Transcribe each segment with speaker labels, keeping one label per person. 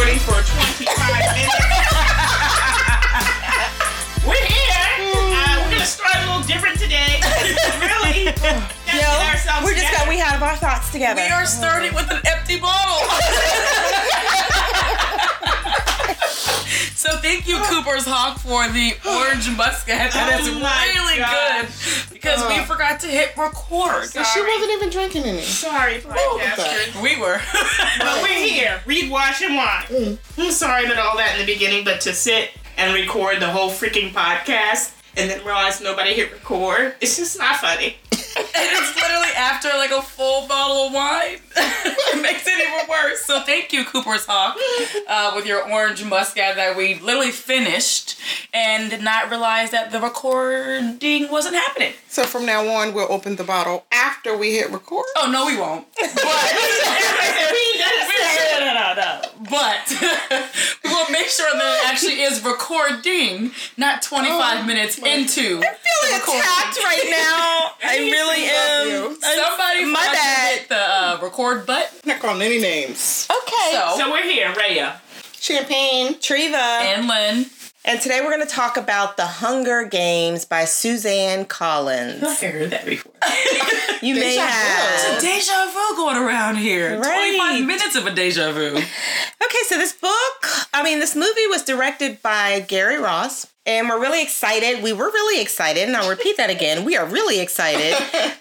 Speaker 1: Oh
Speaker 2: party for 25 minutes. We're here. Uh, we're gonna start a little different today. really, gotta get ourselves
Speaker 3: we're just got
Speaker 2: together.
Speaker 3: we have our thoughts together.
Speaker 4: We are starting with an empty bottle. so thank you, Cooper's Hawk, for the orange muscat. That is
Speaker 2: Oh my
Speaker 4: really
Speaker 2: gosh.
Speaker 4: good because we forgot to hit record.
Speaker 2: Sorry.
Speaker 1: She wasn't even drinking any.
Speaker 2: Sorry, podcaster.
Speaker 4: We were.
Speaker 2: But we're here. Read, watch, and wine.
Speaker 3: Mm.
Speaker 2: I'm sorry about all that in the beginning, but to sit and record the whole freaking podcast and then realize nobody hit record, it's just not funny.
Speaker 4: And it's literally after like a full bottle of wine. it makes it even worse. So thank you, Cooper's Hawk, uh, with your orange muscat that we literally finished and did not realize that the recording wasn't happening.
Speaker 1: So from now on, we'll open the bottle after we hit record.
Speaker 4: Oh no, we won't. no, no, no, no. But we'll make sure that it actually is recording, not 25 minutes into.
Speaker 3: feeling attacked right now. I really am.
Speaker 4: Somebody
Speaker 3: My
Speaker 4: forgot to
Speaker 3: bad.
Speaker 4: hit the uh, record button.
Speaker 1: I'm not calling any names.
Speaker 3: Okay.
Speaker 4: So,
Speaker 2: So we're here, Raya.
Speaker 1: Champagne.
Speaker 3: Treva.
Speaker 4: and Lynn.
Speaker 3: And today we're going to talk about The Hunger Games by Suzanne Collins.
Speaker 2: I heard that before.
Speaker 3: You may
Speaker 1: Deja vu.
Speaker 3: have.
Speaker 4: Deja vu going around here.
Speaker 3: Right.
Speaker 4: 25 minutes of a deja vu.
Speaker 3: Okay, so this book, I mean, this movie was directed by Gary Ross, and we're really excited. We were really excited, and I'll repeat that again. We are really excited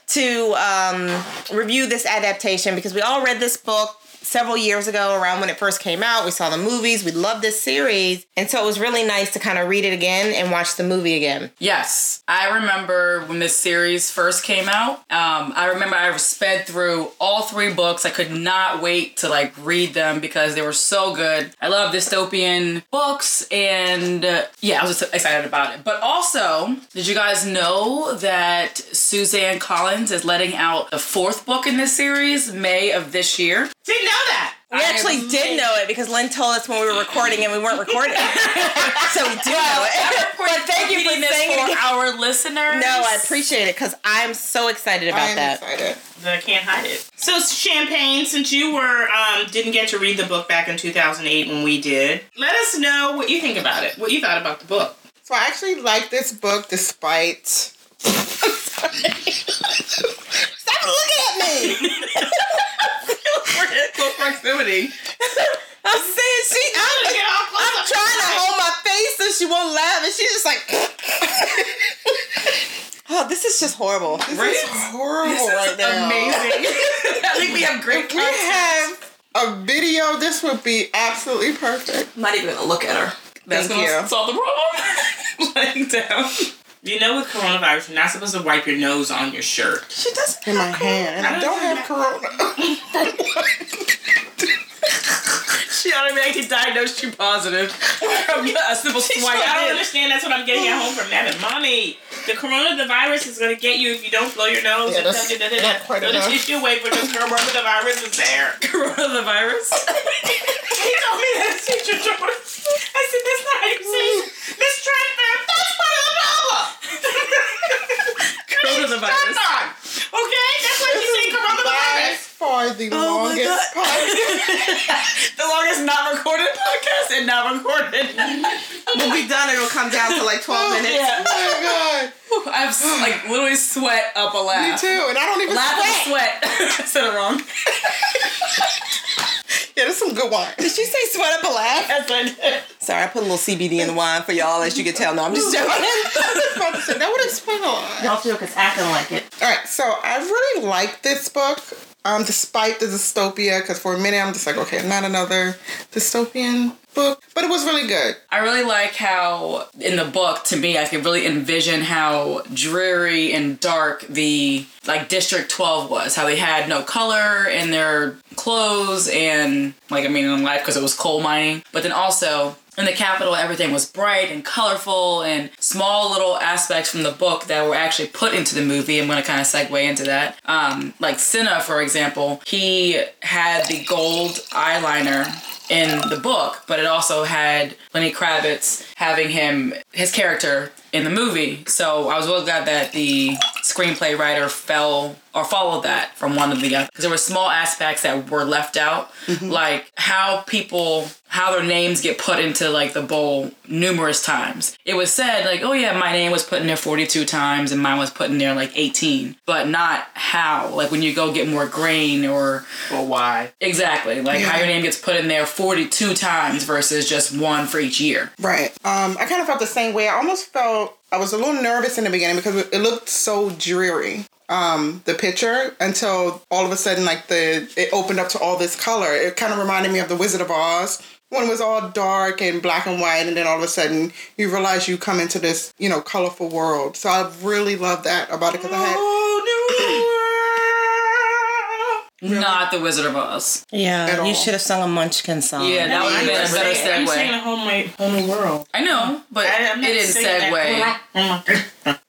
Speaker 3: to um, review this adaptation because we all read this book several years ago around when it first came out. We saw the movies, we loved this series, and so it was really nice to kind of read it again and watch the movie again.
Speaker 4: Yes, I remember when this series first came out. Um, I remember I sped through all three books. I could not wait to like read them because they were so good. I love dystopian books, and uh, yeah, I was just excited about it. But also, did you guys know that Suzanne Collins is letting out a fourth book in this series, May of this year?
Speaker 2: Didn't know that.
Speaker 3: We actually did know it because Lynn told us when we were recording and we weren't recording. so we do know it. But thank you for
Speaker 4: Reading this
Speaker 3: saying it
Speaker 4: for
Speaker 3: again.
Speaker 4: our listeners.
Speaker 3: No, I appreciate it because I'm so excited about
Speaker 1: I am
Speaker 3: that.
Speaker 1: excited.
Speaker 2: I can't hide it. So champagne, since you were um, didn't get to read the book back in 2008 when we did, let us know what you think about it. What you thought about the book.
Speaker 1: So I actually like this book despite. Stop looking at me!
Speaker 2: Close proximity.
Speaker 3: I'm saying she. I'm,
Speaker 2: Get all close
Speaker 3: I'm
Speaker 2: up.
Speaker 3: trying to hold my face so she won't laugh, and she's just like. oh, this is just horrible.
Speaker 1: This
Speaker 4: Right?
Speaker 1: is horrible right now.
Speaker 4: Amazing. I think we have great
Speaker 1: We have a video. This would be absolutely perfect.
Speaker 4: not even gonna look at her. That's
Speaker 1: Thank
Speaker 4: gonna
Speaker 1: you.
Speaker 4: solve the problem. Laying down.
Speaker 2: You know, with coronavirus, you're not supposed to wipe your nose on your shirt.
Speaker 3: She does.
Speaker 1: In my hand. And I don't have corona.
Speaker 4: She automatically diagnosed you positive. a simple swipe.
Speaker 2: I don't understand. That's what I'm getting at home from that. And mommy, the coronavirus is going to get you if you don't blow your nose.
Speaker 1: Yeah,
Speaker 2: and
Speaker 1: that's
Speaker 2: da-da-da-da.
Speaker 1: not quite
Speaker 2: Throw
Speaker 1: enough.
Speaker 2: the tissue away for the coronavirus is there.
Speaker 4: Coronavirus.
Speaker 2: He told me that teacher George. I said, that's not how you say it. Miss Trentham, that's part of the problem.
Speaker 4: Coronavirus.
Speaker 2: Trentham. Okay? That's why you say
Speaker 1: By
Speaker 2: coronavirus.
Speaker 1: far the
Speaker 4: my
Speaker 1: longest podcast.
Speaker 4: the longest not recorded podcast and not recorded.
Speaker 3: When we done, it'll come down to like 12 minutes.
Speaker 1: Oh my
Speaker 4: I've s- like literally sweat up a
Speaker 1: god. Me
Speaker 4: laugh.
Speaker 1: too. And I don't even
Speaker 4: Laugh
Speaker 1: sweat.
Speaker 4: and sweat. I said it wrong.
Speaker 1: Yeah, there's some good wine.
Speaker 3: Did she say sweat up a laugh?
Speaker 2: That's what I did.
Speaker 3: Sorry, I put a little CBD in the wine for y'all, as you can tell. No, I'm just joking.
Speaker 1: about to say, that would explain a lot.
Speaker 2: Y'all feel because acting like it.
Speaker 1: All right, so I really like this book, um, despite the dystopia, because for a minute I'm just like, okay, not another dystopian book, but it was really good.
Speaker 4: I really like how in the book to me I could really envision how dreary and dark the like district 12 was how they had no color in their clothes and like I mean in life because it was coal mining but then also in the capital everything was bright and colorful and small little aspects from the book that were actually put into the movie I'm going to kind of segue into that um like Cinna for example he had the gold eyeliner in the book, but it also had Lenny Kravitz having him his character in the movie. So I was really glad that the screenplay writer fell or followed that from one of the other because there were small aspects that were left out, like how people how their names get put into like the bowl numerous times. It was said like, oh yeah, my name was put in there 42 times and mine was put in there like 18, but not how. Like when you go get more grain or
Speaker 2: Well, why?
Speaker 4: exactly like how your name gets put in there 42 times versus just one for each year.
Speaker 1: Right. Um, I kind of felt the same way. I almost felt I was a little nervous in the beginning because it it looked so dreary. Um, the picture until all of a sudden, like the it opened up to all this color. It kind of reminded me of the Wizard of Oz. When it was all dark and black and white, and then all of a sudden you realize you come into this, you know, colorful world. So I really love that about it because I had
Speaker 2: Oh,
Speaker 4: Not the Wizard of Oz.
Speaker 3: Yeah,
Speaker 1: At
Speaker 3: you
Speaker 1: all.
Speaker 3: should have sung a Munchkin
Speaker 2: Oh,
Speaker 3: song.
Speaker 4: Yeah, that would have been a better
Speaker 2: I'm saying
Speaker 4: segue.
Speaker 2: a whole, my, whole new world.
Speaker 4: I know, but
Speaker 2: I, I'm
Speaker 4: it
Speaker 2: not
Speaker 4: didn't
Speaker 2: saying
Speaker 4: segue.
Speaker 2: that. Oh my-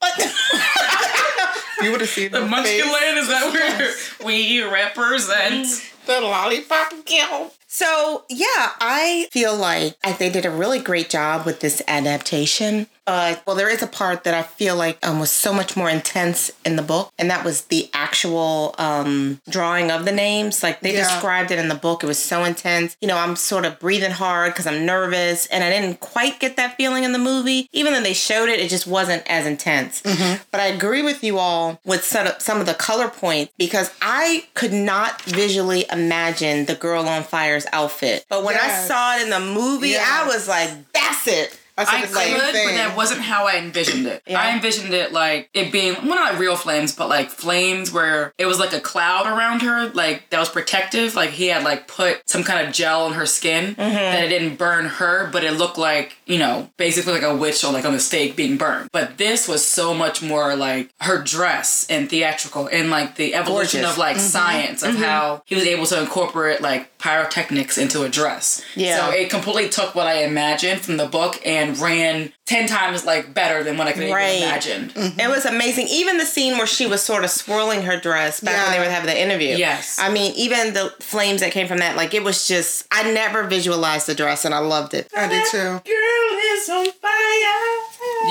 Speaker 1: you would have seen the
Speaker 4: Munchkin
Speaker 1: face,
Speaker 4: Land is that where we represent?
Speaker 1: the lollipop guild.
Speaker 3: So, yeah, I feel like I, they did a really great job with this adaptation. But, well, there is a part that I feel like um, was so much more intense in the book, and that was the actual um, drawing of the names. Like, they
Speaker 1: Yeah.
Speaker 3: described it in the book. It was so intense. You know, I'm sort of breathing hard because I'm nervous, and I didn't quite get that feeling in the movie. Even though they showed it, it just wasn't as intense. But I agree with you all with some some of the color points because I could not visually imagine the girl on fire's outfit. But when I
Speaker 1: Yes.
Speaker 3: saw it in the movie, I
Speaker 1: Yeah.
Speaker 3: was like, that's it.
Speaker 1: I said
Speaker 4: I
Speaker 1: the same
Speaker 4: could,
Speaker 1: thing.
Speaker 4: but that wasn't how I envisioned it. I envisioned it like it being well, not real flames, but like flames where it was like a cloud around her, like that was protective. Like he had like put some kind of gel on her skin that it didn't burn her, but it looked like you know basically like a witch or like on a stake being burned. But this was so much more like her dress and theatrical and like the evolution
Speaker 3: Gorgeous.
Speaker 4: of like science
Speaker 3: Mm-hmm.
Speaker 4: of how he was able to incorporate like pyrotechnics into a dress.
Speaker 3: Yeah.
Speaker 4: So it completely took what I imagined from the book and ran ten times like better than what I could
Speaker 3: Right.
Speaker 4: even imagined.
Speaker 3: It was amazing. Even the scene where she was sort of swirling her dress back when they
Speaker 1: Yeah.
Speaker 3: were having the interview.
Speaker 4: Yes.
Speaker 3: I mean, even the flames that came from that, like it was just I never visualized the dress and I loved it.
Speaker 1: I did too.
Speaker 2: Girl is on fire.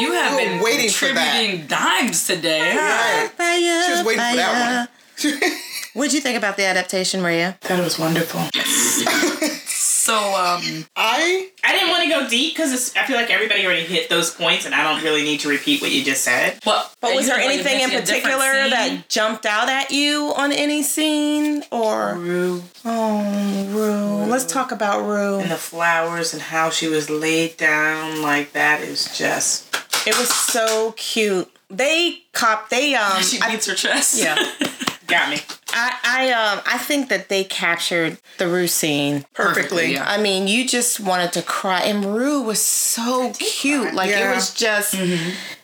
Speaker 4: You have
Speaker 1: We were
Speaker 4: been
Speaker 1: waiting for that.
Speaker 4: contributing dimes today.
Speaker 1: Right.
Speaker 3: Fire,
Speaker 1: She was waiting for that one.
Speaker 3: What'd you think about the adaptation, Maria?
Speaker 2: That was wonderful.
Speaker 4: So um
Speaker 1: I
Speaker 2: I didn't want to go deep because I feel like everybody already hit those points, and I don't really need to repeat what you just said.
Speaker 4: well,
Speaker 3: But Oh, was
Speaker 4: you
Speaker 3: there
Speaker 4: can, like,
Speaker 3: anything in
Speaker 4: mention a different
Speaker 3: particular
Speaker 4: scene.
Speaker 3: that jumped out at you on any scene or
Speaker 2: Rue
Speaker 3: Oh, Rue. Let's talk about Rue.
Speaker 2: and the flowers and how she was laid down like that is just.
Speaker 3: It was so cute. They cop they um
Speaker 4: she
Speaker 3: I,
Speaker 4: beats her chest?
Speaker 3: Yeah.
Speaker 2: Got me.
Speaker 3: I, I um I think that they captured the Rue scene.
Speaker 1: perfectly.
Speaker 4: yeah.
Speaker 3: I mean, you just wanted to cry and Rue was so cute. Like it
Speaker 1: Yeah.
Speaker 3: was just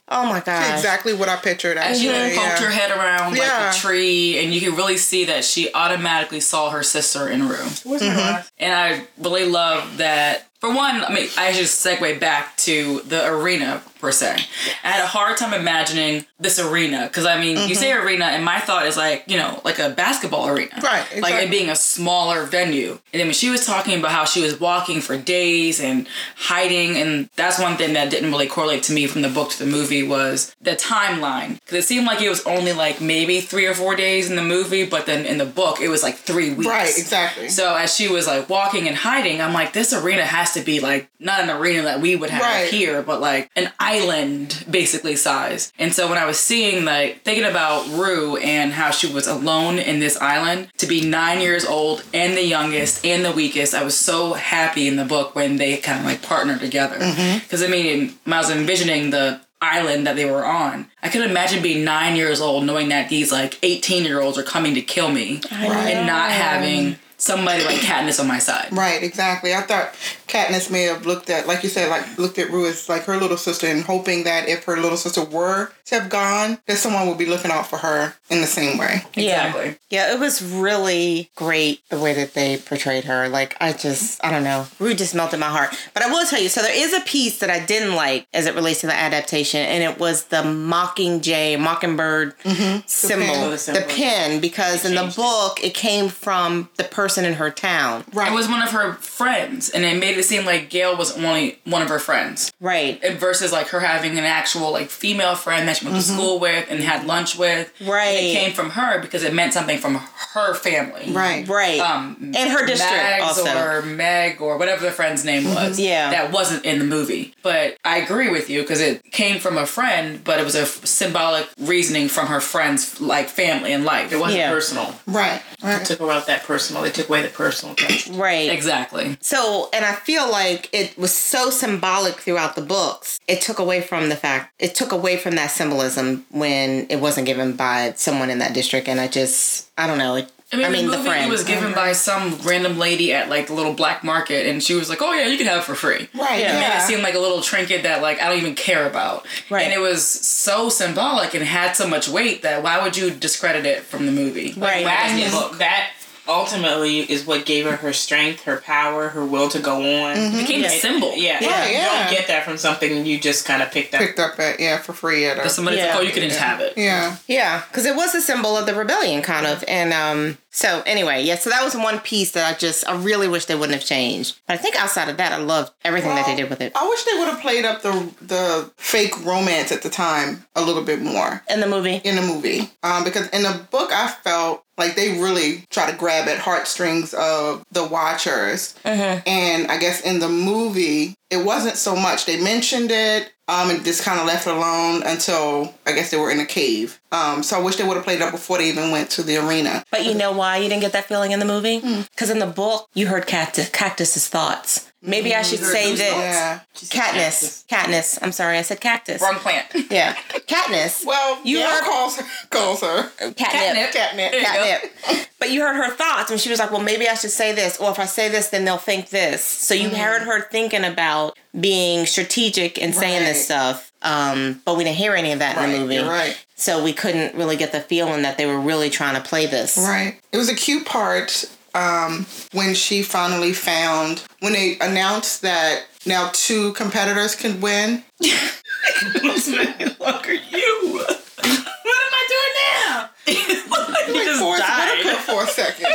Speaker 3: Oh my gosh.
Speaker 1: Exactly what I pictured. Actually,
Speaker 4: She like, poked her
Speaker 1: yeah.
Speaker 4: head around
Speaker 1: Yeah.
Speaker 4: like a tree, and you can really see that she automatically saw her sister in room.
Speaker 2: Where's my glass?
Speaker 4: And I really love that. For one, I mean, I should segue back to the arena per se. I had a hard time imagining this arena because I mean, you say arena, and my thought is like, you know, like a basketball arena,
Speaker 1: Mm-hmm. Right,
Speaker 4: Like
Speaker 1: exactly.
Speaker 4: it being a smaller venue. And then when she was talking about how she was walking for days and hiding, and that's one thing that didn't really correlate to me from the book to the movie was the timeline because it seemed like it was only like maybe three or four days in the movie, but then in the book it was like three weeks,
Speaker 1: Right, exactly.
Speaker 4: so as she was like walking and hiding, I'm like, this arena has to be like not an arena that we would have
Speaker 1: Right.
Speaker 4: here, but like an island basically size. And so when I was seeing like thinking about Rue and how she was alone in this island to be nine years old and the youngest and the weakest, I was so happy in the book when they kind of like partnered together. Because I mean, when I was envisioning the island that they were on, I could imagine being nine years old knowing that these like 18 year olds are coming to kill me and not having somebody like Katniss on my side.
Speaker 1: Right, exactly. I thought Katniss may have looked at, like you said, like looked at Rue as like her little sister, and hoping that if her little sister were to have gone, that someone would be looking out for her in the same way.
Speaker 3: Yeah.
Speaker 4: Exactly.
Speaker 3: Yeah, it was really great the way that they portrayed her. Like, I just, I don't know. Rue just melted my heart. But I will tell you, so there is a piece that I didn't like as it relates to the adaptation, and it was the Mockingjay, Mockingbird
Speaker 1: Mm-hmm.
Speaker 3: symbol,
Speaker 1: pin.
Speaker 3: the,
Speaker 2: The symbol.
Speaker 3: pin, because in the
Speaker 2: changed it.
Speaker 3: book, it came from the person in her town.
Speaker 1: Right.
Speaker 4: It was one of her friends, and it made it seem like Gail was only one of her friends,
Speaker 3: Right.
Speaker 4: and versus like her having an actual like female friend that she went to school with and had lunch with.
Speaker 3: Mm-hmm. Right.
Speaker 4: And it came from her because it meant something from her family.
Speaker 1: Right.
Speaker 3: Right.
Speaker 4: Um,
Speaker 3: And her district
Speaker 4: Mags
Speaker 3: also. Mm-hmm.
Speaker 4: or Meg or whatever their friend's name was.
Speaker 3: Yeah.
Speaker 4: That wasn't in the movie. But I agree with you because it came from a friend, but it was a f- symbolic reasoning from her friend's like family and life.
Speaker 5: It wasn't
Speaker 3: Yeah.
Speaker 5: personal.
Speaker 1: Right.
Speaker 5: They
Speaker 1: Right.
Speaker 5: took out that personal. They took away the personal touch.
Speaker 3: right.
Speaker 4: Exactly.
Speaker 3: So, and I feel like it was so symbolic throughout the books. It took away from the fact, it took away from that symbolism when it wasn't given by someone in that district. And I just, I don't know. It, I mean,
Speaker 4: the
Speaker 3: the,
Speaker 4: movie
Speaker 3: friend.
Speaker 4: was given by some random lady at like the little black market, and she was like, "Oh yeah, you can have it for free."
Speaker 1: Right.
Speaker 3: Yeah.
Speaker 4: Made it
Speaker 1: Yeah.
Speaker 4: seem like a little trinket that like I don't even care about.
Speaker 3: Right.
Speaker 4: And it was so symbolic and had so much weight that why would you discredit it from the movie?
Speaker 3: Right.
Speaker 4: Like,
Speaker 5: That
Speaker 4: why
Speaker 5: is
Speaker 4: look?
Speaker 5: that ultimately is what gave her her strength, her power, her will to go on.
Speaker 4: It became a symbol.
Speaker 5: Yeah,
Speaker 1: Mm-hmm. Yeah,
Speaker 5: you
Speaker 1: yeah.
Speaker 5: don't get that from something you just kind of picked up.
Speaker 1: Picked up at yeah for free at
Speaker 4: But
Speaker 1: a
Speaker 4: somebody's
Speaker 3: Yeah.
Speaker 4: like, "Oh, you can just have it."
Speaker 1: yeah.
Speaker 3: Yeah, because it was a symbol of the rebellion, kind of. And um, so, anyway, yeah, so that was one piece that I just, I really wish they wouldn't have changed. But I think outside of that, I loved everything that they did with it.
Speaker 1: I wish they would have played up the the fake romance at the time a little bit more.
Speaker 3: In the movie.
Speaker 1: in the movie um, because in the book I felt like they really try to grab at heartstrings of the watchers, and I guess in the movie it wasn't so much. They mentioned it um, and just kind of left it alone until I guess they were in a cave. Um, so I wish they would have played it up before they even went to the arena.
Speaker 3: But you know why you didn't get that feeling in the movie?
Speaker 1: Hmm.
Speaker 3: Because in the book, you heard Cactus, Cactus's thoughts. Maybe
Speaker 1: Hmm,
Speaker 3: I should say that
Speaker 1: Yeah.
Speaker 3: Katniss. Katniss. I'm sorry, I said cactus.
Speaker 4: Wrong plant.
Speaker 3: Yeah, Katniss.
Speaker 1: Well, you
Speaker 3: You
Speaker 1: yeah,
Speaker 3: heard-
Speaker 1: calls her calls her
Speaker 3: Catnip.
Speaker 1: catnip.
Speaker 4: you go.
Speaker 3: Catnip. But you heard her thoughts, and she was like, "Well, maybe I should say this, or if I say this, then they'll think this." So
Speaker 1: Hmm.
Speaker 3: you heard her thinking about being strategic and saying
Speaker 1: Right.
Speaker 3: this stuff. Um, but we didn't hear any of that in
Speaker 1: Right,
Speaker 3: the movie,
Speaker 1: you're right.
Speaker 3: so we couldn't really get the feeling that they were really trying to play this.
Speaker 1: Right. It was a cute part um, when she finally found when they announced that now two competitors can win.
Speaker 5: Look at you. what am I
Speaker 1: Like
Speaker 5: just
Speaker 1: Forrest
Speaker 5: died.
Speaker 1: Whitaker for a second.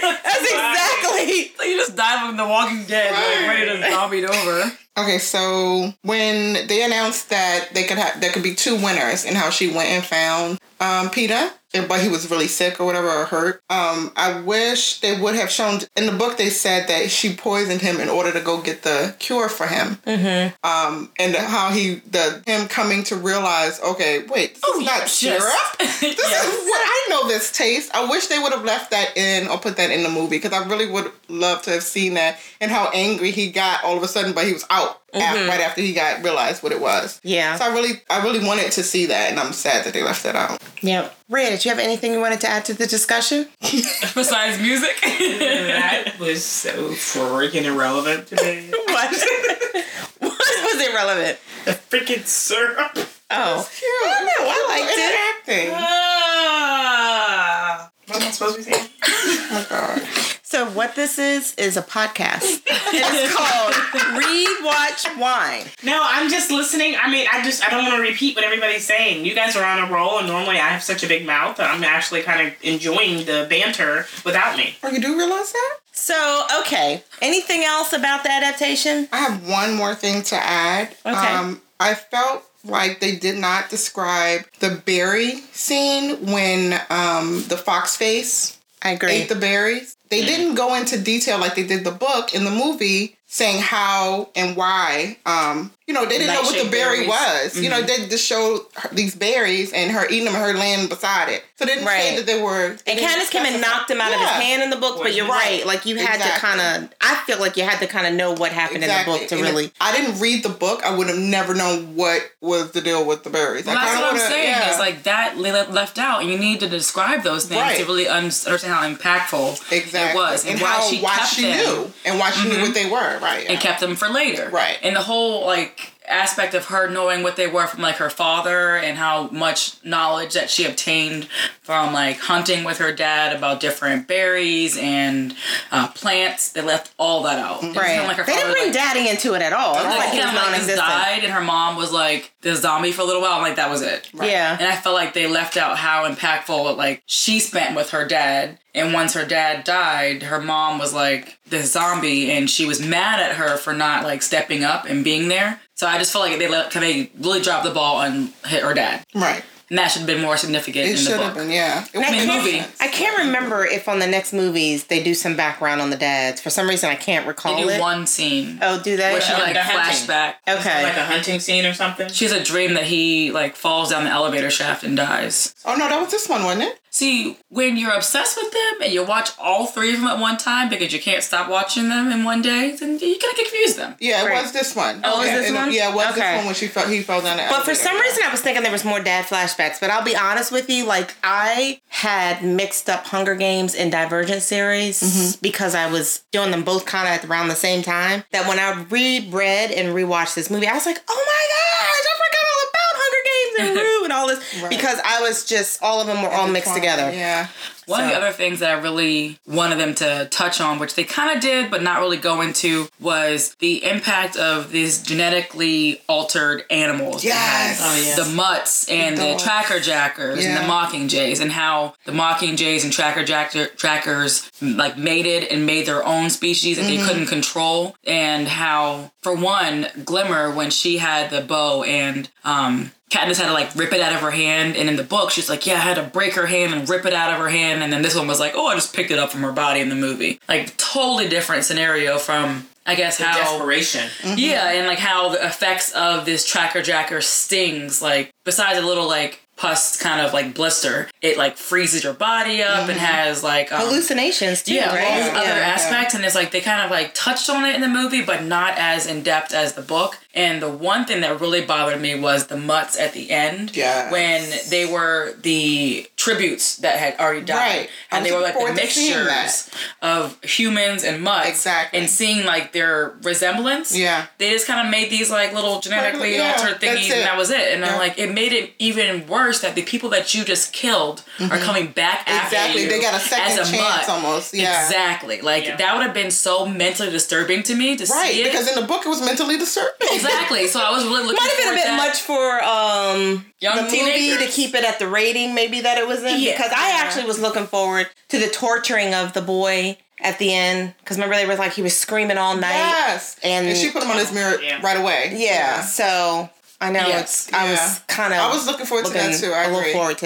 Speaker 3: That's exactly.
Speaker 4: Like, you just died from The Walking Dead, like ready to zombied over.
Speaker 1: Okay, so when they announced that they could have there could be two winners and how she went and found um Peter, but he was really sick or whatever or hurt. Um, I wish they would have shown in the book they said that she poisoned him in order to go get the cure for him. Mm-hmm. Um, and how he the him coming to realize, okay, wait, this is not syrup. This is what I know this taste. I wish they would have left that in or put that in the movie because I really would love to have seen that and how angry he got all of a sudden, but he was out af-
Speaker 3: Mm-hmm.
Speaker 1: right after he got realized what it was.
Speaker 3: Yeah.
Speaker 1: So I really, I really wanted to see that, and I'm sad that they left that out.
Speaker 3: Yeah. Rhea, did you have anything you wanted to add to the discussion?
Speaker 4: Besides music.
Speaker 5: doing now? That was so freaking irrelevant today.
Speaker 3: What? what was irrelevant?
Speaker 5: freaking syrup.
Speaker 3: Oh.
Speaker 1: I
Speaker 3: know, I Uh-huh. liked it.
Speaker 1: Interacting.
Speaker 5: Ah. What am I supposed to be saying?
Speaker 1: Oh
Speaker 3: So what this is is a podcast. it's called Read, Watch, Wine.
Speaker 2: No, I'm just listening. I mean, I just I don't want to repeat what everybody's saying. You guys are on a roll, and normally I have such a big mouth that I'm actually kind of enjoying the banter without me.
Speaker 1: Oh, you do realize that?
Speaker 3: So okay, anything else about the adaptation?
Speaker 1: I have one more thing to add.
Speaker 3: Okay.
Speaker 1: Um, I felt like they did not describe the berry scene when um, the fox face
Speaker 3: I agree.
Speaker 1: ate the berries. They didn't go into detail like they did the book in the movie, saying how and why. Um, you know, they didn't know what the
Speaker 4: Nightshade
Speaker 1: berry
Speaker 4: berries.
Speaker 1: was. You know,
Speaker 3: Mm-hmm.
Speaker 1: they just showed her, these berries and her eating them, her laying beside it. So they didn't
Speaker 3: Right.
Speaker 1: say that they were. they
Speaker 3: and
Speaker 1: didn't
Speaker 3: Candace came and
Speaker 1: specify-
Speaker 3: knocked him out of
Speaker 1: Yeah.
Speaker 3: his hand in the book, but you're right.
Speaker 1: Right.
Speaker 3: Like you had
Speaker 1: Exactly.
Speaker 3: to kind of, I feel like you had to kind of know what happened
Speaker 1: Exactly.
Speaker 3: in the book to
Speaker 1: And if
Speaker 3: really.
Speaker 1: I didn't read the book. I would have never known what was the deal with the berries. I
Speaker 4: That's
Speaker 1: kinda
Speaker 4: what I'm
Speaker 1: would've-
Speaker 4: saying.
Speaker 1: yeah.
Speaker 4: It's like that le- left out, and you need to describe those things
Speaker 1: Right.
Speaker 4: to really un- understand how impactful
Speaker 1: exactly
Speaker 4: it was, and,
Speaker 1: and
Speaker 4: why
Speaker 1: how
Speaker 4: she
Speaker 1: why
Speaker 4: kept
Speaker 1: she
Speaker 4: them
Speaker 1: knew and why she knew what they were. Right.
Speaker 4: and kept them for later.
Speaker 1: Right.
Speaker 4: And the whole like aspect of her knowing what they were from like her father and how much knowledge that she obtained from like hunting with her dad about different berries and uh, plants. They left all that out. It was kinda
Speaker 3: Right.
Speaker 4: Like her
Speaker 3: they didn't
Speaker 4: father,
Speaker 3: bring
Speaker 4: like,
Speaker 3: daddy into it at all. It was like
Speaker 4: like,
Speaker 3: he
Speaker 4: kinda,
Speaker 3: was
Speaker 4: like, just
Speaker 3: non-existent.
Speaker 4: died, and her mom was like the zombie for a little while. I'm like, that was it.
Speaker 3: Yeah.
Speaker 4: And I felt like they left out how impactful like she spent with her dad. And once her dad died, her mom was like this zombie, and she was mad at her for not like stepping up and being there. So I just felt like they let, they really dropped the ball and hit her dad.
Speaker 1: Right.
Speaker 4: And that should have been more significant
Speaker 1: It
Speaker 4: in the
Speaker 1: should have
Speaker 4: book.
Speaker 1: been, yeah. It
Speaker 3: I
Speaker 1: would
Speaker 4: mean,
Speaker 1: make
Speaker 4: movie.
Speaker 1: sense.
Speaker 3: I can't remember if on the next movies they do some background on the dads. For some reason, I can't recall
Speaker 4: They do
Speaker 3: it.
Speaker 4: one scene
Speaker 3: oh, do they?
Speaker 4: where she
Speaker 3: Oh,
Speaker 4: like
Speaker 5: the hunting.
Speaker 4: flashback.
Speaker 3: okay.
Speaker 5: Like a hunting scene or something.
Speaker 4: She has a dream that he like falls down the elevator shaft and dies.
Speaker 1: Oh no, that was this one, wasn't it?
Speaker 4: See, when you're obsessed with them and you watch all three of them at one time because you can't stop watching them in one day, then you're gonna confuse them.
Speaker 1: Yeah, it
Speaker 3: Right.
Speaker 1: was this one.
Speaker 3: Oh, it was
Speaker 1: Yeah,
Speaker 3: this
Speaker 1: it-
Speaker 3: one?
Speaker 1: Yeah, it was
Speaker 3: Okay.
Speaker 1: this one when she fell, he fell down the
Speaker 3: But for
Speaker 1: elevator.
Speaker 3: some reason, I was thinking there was more dad flashbacks. But I'll be honest with you, like I had mixed up Hunger Games and Divergent series
Speaker 4: Mm-hmm.
Speaker 3: because I was doing them both kind of at around the same time. That when I reread and rewatched this movie, I was like, oh my gosh, I forgot all about Hunger Games and Rue and all this
Speaker 1: Right.
Speaker 3: because I was just all of them were all mixed together.
Speaker 1: Yeah.
Speaker 4: One of the
Speaker 3: So-
Speaker 4: other things that I really wanted them to touch on, which they kind of did, but not really go into, was the impact of these genetically altered animals. they had.
Speaker 1: Yes. Oh,
Speaker 5: yes.
Speaker 4: The mutts and the,
Speaker 1: Dogs.
Speaker 4: tracker jackers and the
Speaker 1: Yeah.
Speaker 4: mocking jays, and how the mocking jays and tracker jacker, trackers like mated and made their own species that they couldn't control, and how, for one, Glimmer, when she had the bow and, um, Katniss had to like rip it out of her hand, and in the book, she's like, "Yeah, I had to break her hand and rip it out of her hand," and then this one was like, "Oh, I just picked it up from her body in the movie." Like totally different scenario from I guess how
Speaker 5: Desperation.
Speaker 4: yeah, and like how the effects of this tracker jacker stings like besides a little like pus kind of like blister, it like freezes your body up
Speaker 1: Mm-hmm.
Speaker 4: and has like um,
Speaker 3: Hallucinations too,
Speaker 4: yeah,
Speaker 3: right?
Speaker 4: all these
Speaker 3: Yeah.
Speaker 4: other aspects, and it's like they kind of like touched on it in the movie, but not as in depth as the book. And the one thing that really bothered me was the mutts at the end,
Speaker 1: Yes.
Speaker 4: when they were the tributes that had already died,
Speaker 1: Right. I
Speaker 4: and they
Speaker 1: was
Speaker 4: were like
Speaker 1: looking
Speaker 4: the
Speaker 1: forward to seeing that.
Speaker 4: mixtures of humans and mutts,
Speaker 1: Exactly.
Speaker 4: and seeing like their resemblance,
Speaker 1: Yeah.
Speaker 4: They just kind of made these like little genetically
Speaker 1: Yeah,
Speaker 4: altered
Speaker 1: that's
Speaker 4: thingies,
Speaker 1: it.
Speaker 4: and that was it. And I'm
Speaker 1: Yeah.
Speaker 4: like, it made it even worse that the people that you just killed are coming back
Speaker 1: Mm-hmm.
Speaker 4: after
Speaker 1: Exactly.
Speaker 4: you
Speaker 1: They got a
Speaker 4: as
Speaker 1: second
Speaker 4: a
Speaker 1: chance
Speaker 4: mutt.
Speaker 1: almost. Yeah.
Speaker 4: Exactly. Like
Speaker 5: Yeah.
Speaker 4: that would have been so mentally disturbing to me to see
Speaker 1: Right,
Speaker 4: it.
Speaker 1: because in the book it was mentally disturbing.
Speaker 4: exactly. So I was really looking.
Speaker 3: Might have been a
Speaker 4: for
Speaker 3: bit
Speaker 4: that.
Speaker 3: much for um,
Speaker 4: Young
Speaker 3: the movie to
Speaker 4: teenagers?
Speaker 3: keep it at the rating maybe that it was in
Speaker 4: Yeah.
Speaker 3: because I actually was looking forward to the torturing of the boy at the end because remember they was like he was screaming all night.
Speaker 1: Yes.
Speaker 3: And-
Speaker 1: And, she put him on his mirror
Speaker 5: Yeah.
Speaker 1: right away.
Speaker 3: Yeah, so I know
Speaker 4: Yes.
Speaker 3: it's I
Speaker 1: Yeah.
Speaker 3: was kind of
Speaker 1: I was looking forward to that too. I
Speaker 3: a little
Speaker 1: agree.
Speaker 3: forward to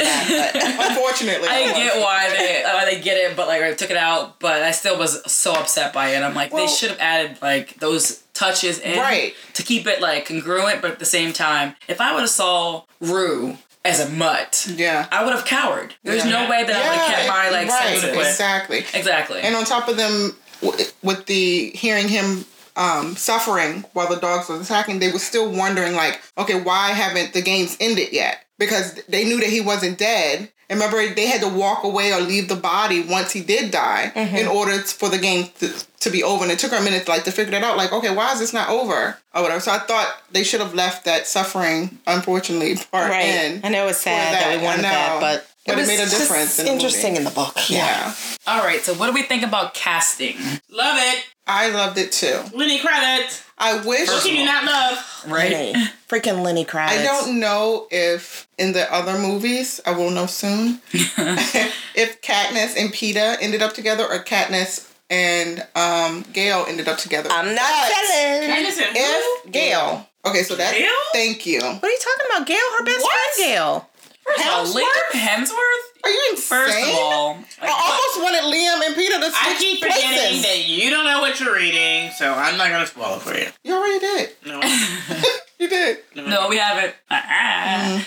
Speaker 3: that. But.
Speaker 1: Unfortunately.
Speaker 4: I
Speaker 1: was.
Speaker 4: get why they why they get it, but like I took it out. But I still was so upset by it. I'm like, they
Speaker 1: Well-
Speaker 4: should have added like those touches in
Speaker 1: Right.
Speaker 4: to keep it like congruent, but at the same time, if I would have saw Rue as a mutt,
Speaker 1: Yeah.
Speaker 4: I would have cowered. There's
Speaker 5: Yeah.
Speaker 4: no way that I would have kept
Speaker 1: it-
Speaker 4: my like
Speaker 1: right,
Speaker 4: senses.
Speaker 1: Exactly.
Speaker 4: Exactly.
Speaker 1: And on top of them, w- with the hearing him um, suffering while the dogs was attacking, they were still wondering, like, okay, why haven't the games ended yet? Because they knew that he wasn't dead. And remember, they had to walk away or leave the body once he did die in order t- for the game to, to be over. And it took her a minute, like, to figure that out. Like, okay, why is this not over or whatever? So I thought they should have left that suffering, unfortunately, part
Speaker 3: right.
Speaker 1: in.
Speaker 3: I know it's sad
Speaker 1: for
Speaker 3: that,
Speaker 1: that,
Speaker 3: we
Speaker 1: I
Speaker 3: wanted that,
Speaker 1: know.
Speaker 3: but
Speaker 1: But it
Speaker 3: was
Speaker 1: made a
Speaker 3: just
Speaker 1: difference in the
Speaker 3: interesting
Speaker 1: movie.
Speaker 3: in the book.
Speaker 1: yeah.
Speaker 4: All right. So what do we think about casting?
Speaker 5: Love it.
Speaker 1: I loved it too.
Speaker 5: Lenny Kravitz.
Speaker 1: I wish.
Speaker 5: What can you not love?
Speaker 4: Right.
Speaker 3: Lenny. Freaking Lenny Kravitz.
Speaker 1: I don't know if in the other movies, I will know soon, if Katniss and PETA ended up together or Katniss and um, Gail ended up together.
Speaker 3: I'm not telling.
Speaker 5: Anderson.
Speaker 1: if Gail. Okay, so that.
Speaker 5: Gail?
Speaker 1: Thank you.
Speaker 3: What are you talking about, Gail? Her best friend, Gail.
Speaker 4: Uh, Liam Hemsworth.
Speaker 1: Are you insane?
Speaker 4: First of all, like,
Speaker 1: I almost wanted Liam and PETA to switch
Speaker 5: I keep
Speaker 1: places.
Speaker 5: forgetting that you don't know what you're reading, so I'm not gonna spoil it for you.
Speaker 1: You already did.
Speaker 5: No.
Speaker 1: You did.
Speaker 4: no, we haven't. Uh-uh.
Speaker 1: Mm.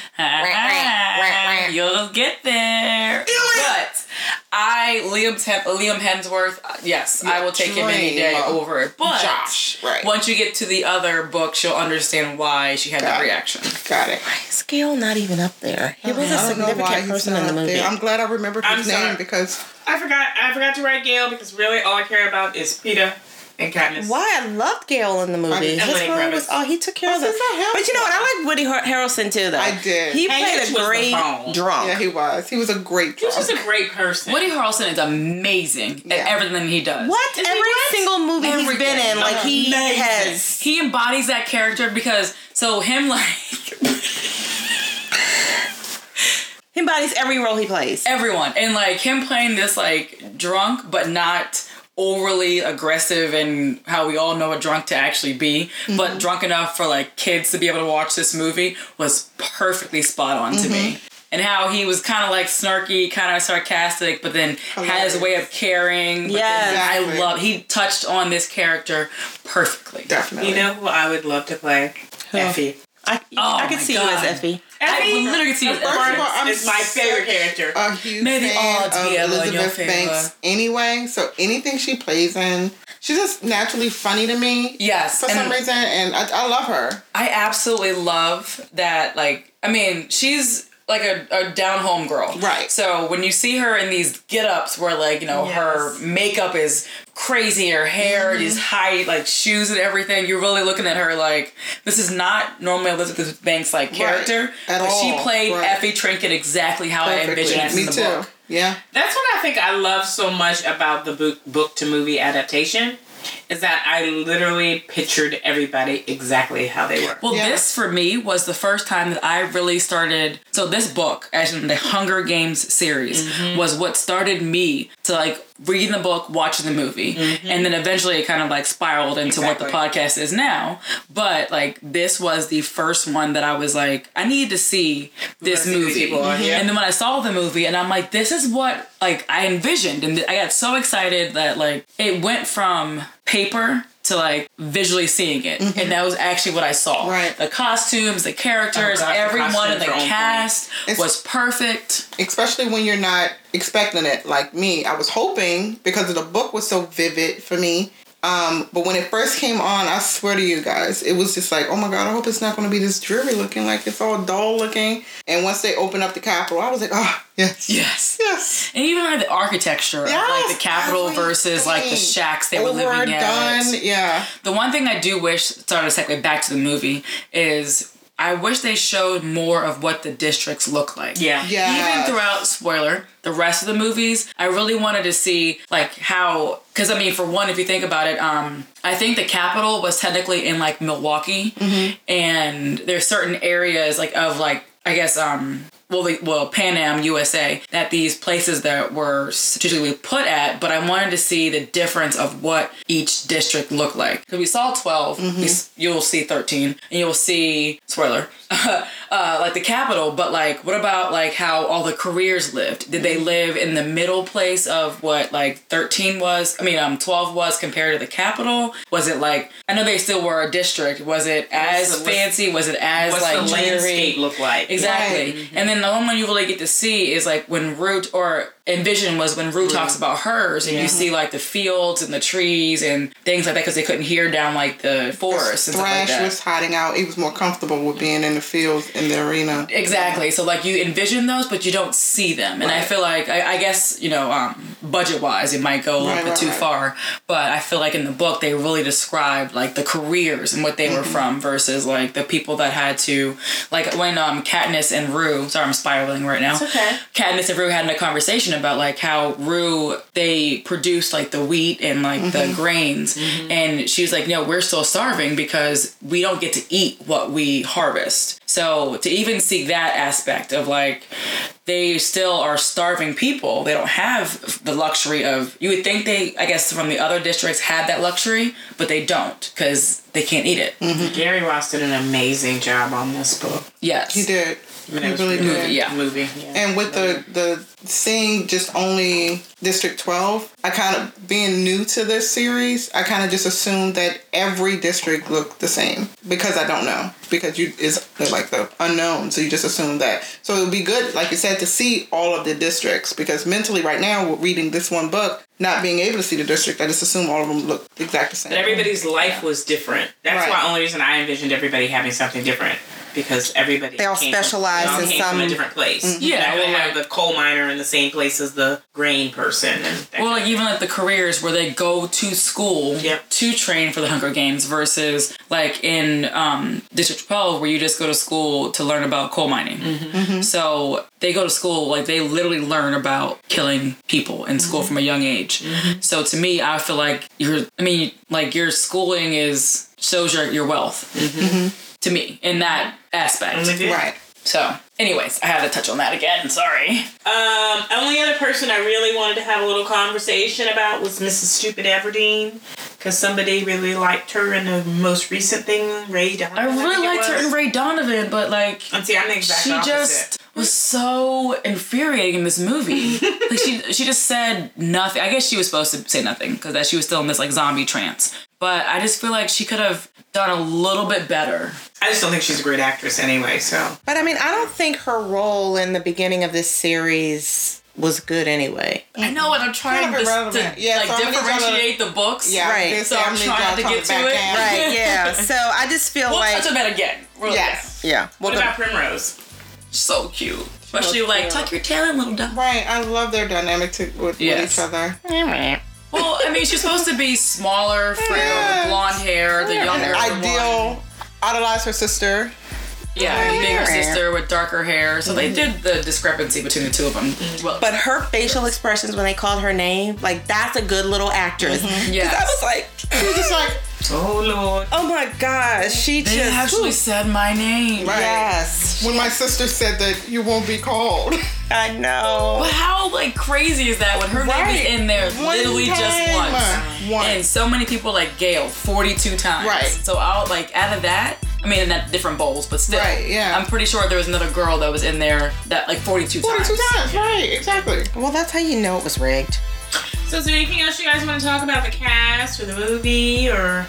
Speaker 4: Uh-uh. You'll get there. But I, Liam, Hem- Liam Hemsworth. uh, Yes, I will take him any day
Speaker 1: Dream of
Speaker 4: over it. But
Speaker 1: Josh, right.
Speaker 4: once you get to the other books, you'll understand why she had
Speaker 1: Got
Speaker 4: that
Speaker 1: it.
Speaker 4: reaction.
Speaker 1: Got it.
Speaker 3: Is Gail not even up there? He was a
Speaker 1: I don't know why
Speaker 3: significant
Speaker 1: he's
Speaker 3: person in the
Speaker 1: not
Speaker 3: movie.
Speaker 1: there. I'm glad I remembered
Speaker 5: I'm
Speaker 1: his
Speaker 5: sorry.
Speaker 1: name because
Speaker 5: I forgot. I forgot to write Gail because really all I care about is Peter and Katniss.
Speaker 3: Why I loved Gail in the movie.
Speaker 1: And
Speaker 3: His
Speaker 5: Lenny
Speaker 3: role
Speaker 5: Kravitz.
Speaker 3: was oh he took care of the.
Speaker 1: is that him?
Speaker 3: But you know what? I like Woody Har- Harrelson too though.
Speaker 1: I did.
Speaker 3: He
Speaker 5: Hank
Speaker 3: played
Speaker 5: Hitch
Speaker 3: a
Speaker 5: was the
Speaker 3: great
Speaker 5: phone.
Speaker 3: drunk.
Speaker 1: yeah, he was. He was a great.
Speaker 5: He's just
Speaker 1: drunk.
Speaker 5: a great person.
Speaker 4: Woody Harrelson is amazing
Speaker 1: Yeah.
Speaker 4: at everything he does.
Speaker 3: what
Speaker 5: Is he
Speaker 3: every
Speaker 5: what?
Speaker 3: single movie he's
Speaker 4: Everything.
Speaker 3: been in, like he
Speaker 5: Amazing.
Speaker 3: has.
Speaker 4: He embodies that character because so him like
Speaker 3: He embodies every role he plays.
Speaker 4: everyone and like him playing this like drunk but not overly aggressive and how we all know a drunk to actually be but drunk enough for like kids to be able to watch this movie was perfectly spot on to me and how he was kind of like snarky, kind of sarcastic, but then had his way of caring. But then
Speaker 3: Yes.
Speaker 4: I
Speaker 1: Exactly.
Speaker 4: love. He touched on this character perfectly.
Speaker 1: Definitely.
Speaker 5: You know who I would love to play? Effie.
Speaker 3: I,
Speaker 4: Oh
Speaker 3: I could
Speaker 4: my
Speaker 3: see you
Speaker 4: God.
Speaker 3: as Effie.
Speaker 4: I
Speaker 2: Effie
Speaker 4: will literally see his
Speaker 1: First
Speaker 4: effort.
Speaker 1: of all, I'm Uh,
Speaker 2: is my favorite
Speaker 1: such
Speaker 2: character.
Speaker 1: A huge
Speaker 4: May the
Speaker 1: fan
Speaker 4: odds
Speaker 1: of
Speaker 4: be ever in your
Speaker 1: Elizabeth
Speaker 4: favor.
Speaker 1: Banks anyway. So anything she plays in, she's just naturally funny to me.
Speaker 4: Yes,
Speaker 1: For some
Speaker 4: and-
Speaker 1: reason, and I, I love her.
Speaker 4: I absolutely love that. Like, I mean, she's like a, a down home girl.
Speaker 1: Right.
Speaker 4: So when you see her in these get ups where, like, you know, her makeup is crazy, her hair,
Speaker 1: Mm-hmm.
Speaker 4: these high, like, shoes and everything, you're really looking at her like, this is not normally Elizabeth Banks' like character.
Speaker 1: At
Speaker 4: but she
Speaker 1: all.
Speaker 4: played
Speaker 1: Right.
Speaker 4: Effie Trinket exactly how I envisioned it
Speaker 1: Me
Speaker 4: in the
Speaker 1: too.
Speaker 4: book.
Speaker 1: Yeah.
Speaker 5: That's what I think I love so much about the book book to movie adaptation is that I literally pictured everybody exactly how they were.
Speaker 4: Well,
Speaker 1: Yeah.
Speaker 4: this for me was the first time that I really started. So this book, as in the Hunger Games series,
Speaker 5: Mm-hmm.
Speaker 4: was what started me to like reading the book, watching the movie, and then eventually it kind of like spiraled into what the
Speaker 5: Mm-hmm. Exactly.
Speaker 4: podcast is now. But like this was the first one that I was like, I need to see this
Speaker 5: see these
Speaker 4: movie.
Speaker 5: people on here.
Speaker 4: And then when I saw the movie, and I'm like, this is what like I envisioned, and I got so excited that like it went from paper to like visually seeing it,
Speaker 5: Mm-hmm.
Speaker 4: and that was actually what I saw.
Speaker 1: Right.
Speaker 4: The costumes, the characters,
Speaker 5: Oh, God, the
Speaker 4: everyone in the
Speaker 5: costumes are on point.
Speaker 4: cast was perfect.
Speaker 1: especially when you're not expecting it like me i was hoping because the book was so vivid for me um, but when it first came on i swear to you guys it was just like oh my god i hope it's not going to be this dreary looking like it's all dull looking and once they opened up the capitol i was like oh yes
Speaker 4: Yes.
Speaker 1: yes
Speaker 4: And even like the architecture of
Speaker 1: Yes,
Speaker 4: like the capital
Speaker 1: that's what you
Speaker 4: versus like the
Speaker 1: think.
Speaker 4: shacks they were living in.
Speaker 1: overdone yeah
Speaker 4: The one thing I do wish, sorry to segue back to the movie, is I wish they showed more of what the districts look like.
Speaker 5: Yeah.
Speaker 1: yeah
Speaker 4: Even throughout spoiler, the rest of the movies, I really wanted to see like how because I mean, for one, if you think about it, um, I think the capital was technically in like Milwaukee, and there's certain areas like of like I guess um. Well, the, well, Pan Am USA that these places that were strategically put at, but I wanted to see the difference of what each district looked like. Because we saw 12 we s you'll see thirteen, and you'll see spoiler, uh, like the capital, but like what about like how all the careers lived? Did
Speaker 5: Mm-hmm.
Speaker 4: they live in the middle place of what like 13 was? I mean, um 12 was compared to the capital? Was it like I know they still were a district. Was it as
Speaker 5: the- what's-
Speaker 4: fancy? Was it as
Speaker 5: What's
Speaker 4: like
Speaker 5: the
Speaker 4: dreary?
Speaker 5: landscape look like?
Speaker 4: Exactly. And then the only one you really get to see is like when Root or Envision was when Rue talks about hers, and you see like the fields and the trees and things like that because they couldn't hear down like the forest and stuff like
Speaker 1: thrash
Speaker 4: that.
Speaker 1: was hiding out he was more comfortable with being in the fields in the arena
Speaker 4: Exactly. So like you envision those, but you don't see them. And I feel like I, I guess you know, um, budget wise, it might go a little
Speaker 1: Right,
Speaker 4: bit
Speaker 1: right,
Speaker 4: too
Speaker 1: right.
Speaker 4: far. But I feel like in the book they really described like the careers and what they were from versus like the people that had to like when um Katniss and Rue. Sorry, I'm spiraling right now.
Speaker 2: okay.
Speaker 4: Katniss and Rue had a conversation about like how Rue they produced like the wheat and like the grains, and she was like, "No, we're still starving because we don't get to eat what we harvest." So to even see that aspect of like they still are starving people. They don't have the luxury of you would think they I guess from the other districts had that luxury, but they don't because they can't eat it.
Speaker 5: Gary Ross did an amazing job on this book.
Speaker 4: Yes,
Speaker 1: he did
Speaker 5: I mean,
Speaker 1: he
Speaker 5: it was
Speaker 1: really
Speaker 5: really-
Speaker 1: did
Speaker 4: Yeah.
Speaker 5: Movie. Yeah.
Speaker 1: And with the the seeing just only District 12, I kind of being new to this series, I kind of just assumed that every district looked the same because I don't know because you is like the unknown, so you just assume that. So it would be good, like you said, to see all of the districts because mentally right now, with reading this one book, not being able to see the district, I just assume all of them look exactly the same.
Speaker 5: But everybody's life was different. That's
Speaker 1: Right.
Speaker 5: why the only reason I envisioned everybody having something different. Because everybody
Speaker 3: They all
Speaker 5: came from-
Speaker 3: specialize
Speaker 5: they all
Speaker 3: in
Speaker 5: came from
Speaker 3: some-
Speaker 5: a different place.
Speaker 4: Yeah,
Speaker 5: I would
Speaker 4: well,
Speaker 5: have the coal miner in the same place as the grain person. And that
Speaker 4: Well, like even like the careers where they go to school
Speaker 5: Yep.
Speaker 4: to train for the Hunger Games versus like in um, District 12 where you just go to school to learn about coal mining.
Speaker 2: Mm-hmm.
Speaker 4: So they go to school, like they literally learn about killing people in school
Speaker 2: Mm-hmm.
Speaker 4: from a young age. So to me, I feel like your, I mean, like your schooling is, shows your, your wealth
Speaker 2: Mm-hmm.
Speaker 4: to me in that aspect.
Speaker 5: kind of thing.
Speaker 1: right.
Speaker 4: So, anyways, I had to touch on that again. Sorry.
Speaker 5: Um, only other person I really wanted to have a little conversation about was Mrs. Stupid Aberdeen.
Speaker 2: because somebody really liked her in the most recent thing, Ray Donovan.
Speaker 4: I
Speaker 2: think
Speaker 4: really
Speaker 2: it
Speaker 4: liked her
Speaker 2: was.
Speaker 4: in Ray Donovan, but like
Speaker 2: And see, I'm the exact
Speaker 4: she
Speaker 2: opposite.
Speaker 4: just was so infuriating in this movie. like she she just said nothing. I guess she was supposed to say nothing because that she was still in this like zombie trance. But I just feel like she could have done a little bit better.
Speaker 2: I just don't think she's a great actress anyway. So
Speaker 3: But I mean, I don't think her role in the beginning of this series was good anyway.
Speaker 4: I know, and I'm trying
Speaker 1: Kind of
Speaker 4: to, to
Speaker 1: irrelevant. Yeah,
Speaker 4: like
Speaker 1: so I'm gonna try to-
Speaker 4: differentiate the books.
Speaker 1: Yeah,
Speaker 3: Right.
Speaker 1: this
Speaker 4: So I'm
Speaker 1: family
Speaker 4: trying
Speaker 1: drama
Speaker 4: to
Speaker 1: coming
Speaker 4: get to
Speaker 1: back
Speaker 4: it.
Speaker 1: in.
Speaker 3: Right, yeah. So I just feel
Speaker 4: We'll
Speaker 3: like
Speaker 4: touch on that again. We'll-
Speaker 1: Yes.
Speaker 3: yeah. Well,
Speaker 2: what about Primrose?
Speaker 4: So cute. Especially like, tuck your tail in, little dog.
Speaker 1: Right. I love their dynamic to, with,
Speaker 4: Yes.
Speaker 1: with each other.
Speaker 4: Well, I mean, she's supposed to be smaller, frail,
Speaker 1: Yeah.
Speaker 4: with blonde hair, the younger one.
Speaker 1: Ideal. Idolize her sister.
Speaker 4: Yeah, the bigger sister with darker hair. So
Speaker 1: Mm-hmm.
Speaker 4: they did the discrepancy between the two of them. Well,
Speaker 3: but her facial expressions when they called her name, like that's a good little actress.
Speaker 4: yes.
Speaker 3: I was like,
Speaker 1: She was just like,
Speaker 2: Oh Lord,
Speaker 3: oh my gosh, she
Speaker 4: they
Speaker 3: just
Speaker 4: actually said my name.
Speaker 1: right.
Speaker 3: yes,
Speaker 1: When my sister said that you won't be called.
Speaker 3: I know.
Speaker 4: But how like crazy is that when her name
Speaker 1: Right.
Speaker 4: is in there
Speaker 1: One
Speaker 4: literally just
Speaker 1: time.
Speaker 4: once? And
Speaker 1: Once.
Speaker 4: so many people like Gail 42 times.
Speaker 1: Right.
Speaker 4: So I'll like out of that. I mean, in that different bowls, but still,
Speaker 1: Right, yeah.
Speaker 4: I'm pretty sure there was another girl that was in there that like 42,
Speaker 1: 42
Speaker 4: times.
Speaker 1: times. Right. Exactly.
Speaker 3: Well, that's how you know it was rigged.
Speaker 2: So, is there anything else you guys want to talk about the cast or the movie, or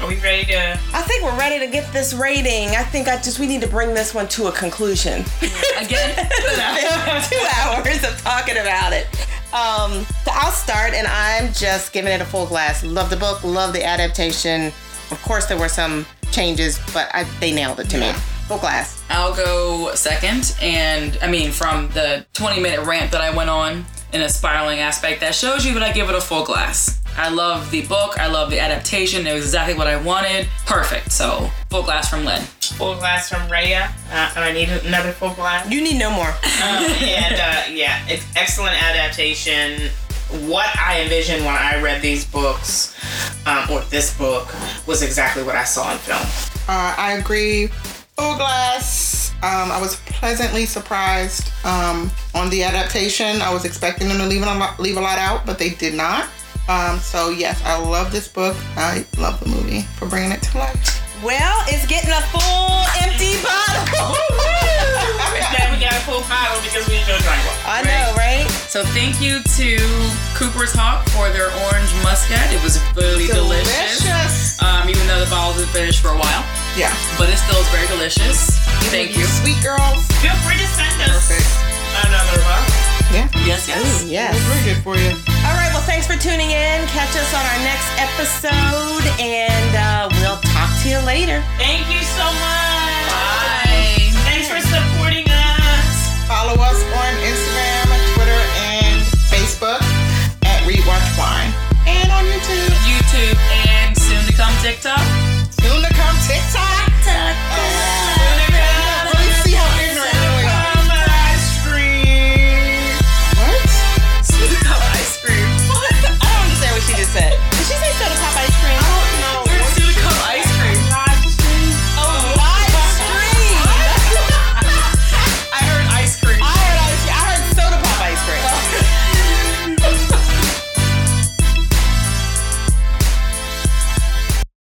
Speaker 2: are we ready to?
Speaker 3: I think we're ready to get this rating. I think I just we need to bring this one to a conclusion.
Speaker 4: Again,
Speaker 3: Two hours of talking about it. Um, so I'll start, and I'm just giving it a full glass. Love the book, love the adaptation. Of course, there were some changes, but I, they nailed it to me. Full glass.
Speaker 4: I'll go second. And I mean, from the 20 minute rant that I went on in a spiraling aspect, that shows you that I give it a full glass. I love the book. I love the adaptation. It was exactly what I wanted. Perfect. So, full glass from Lynn.
Speaker 2: full glass from Raya. Uh, I need another full glass.
Speaker 3: You need no more.
Speaker 2: Um, and uh, yeah, it's excellent adaptation. What I envisioned when I read these books, um, or this book, was exactly what I saw in film.
Speaker 1: Uh, I agree. Full glass. Um, I was pleasantly surprised um, on the adaptation. I was expecting them to leave a lot, leave a lot out, but they did not. Um, so yes, I love this book. I love the movie for bringing it to life.
Speaker 3: Well, it's getting a full empty bottle.
Speaker 2: Glad we got a full bottle because we enjoy drinking.
Speaker 3: I know, right?
Speaker 4: So, thank you to Cooper's Hawk for their orange muscat. It was really delicious. Um, even though the bottles have been finished for a while,
Speaker 1: Yeah.
Speaker 4: but it still is very delicious. Thank you.
Speaker 1: Sweet girls.
Speaker 2: Feel free to send us
Speaker 1: Perfect.
Speaker 2: another one.
Speaker 1: Yeah.
Speaker 4: Yes, yes.
Speaker 3: Yes.
Speaker 1: We're good for you.
Speaker 3: All right, well, thanks for tuning in. Catch us on our next episode, and uh, we'll talk to you later.
Speaker 2: Thank you so much.
Speaker 4: Bye.
Speaker 1: Uh,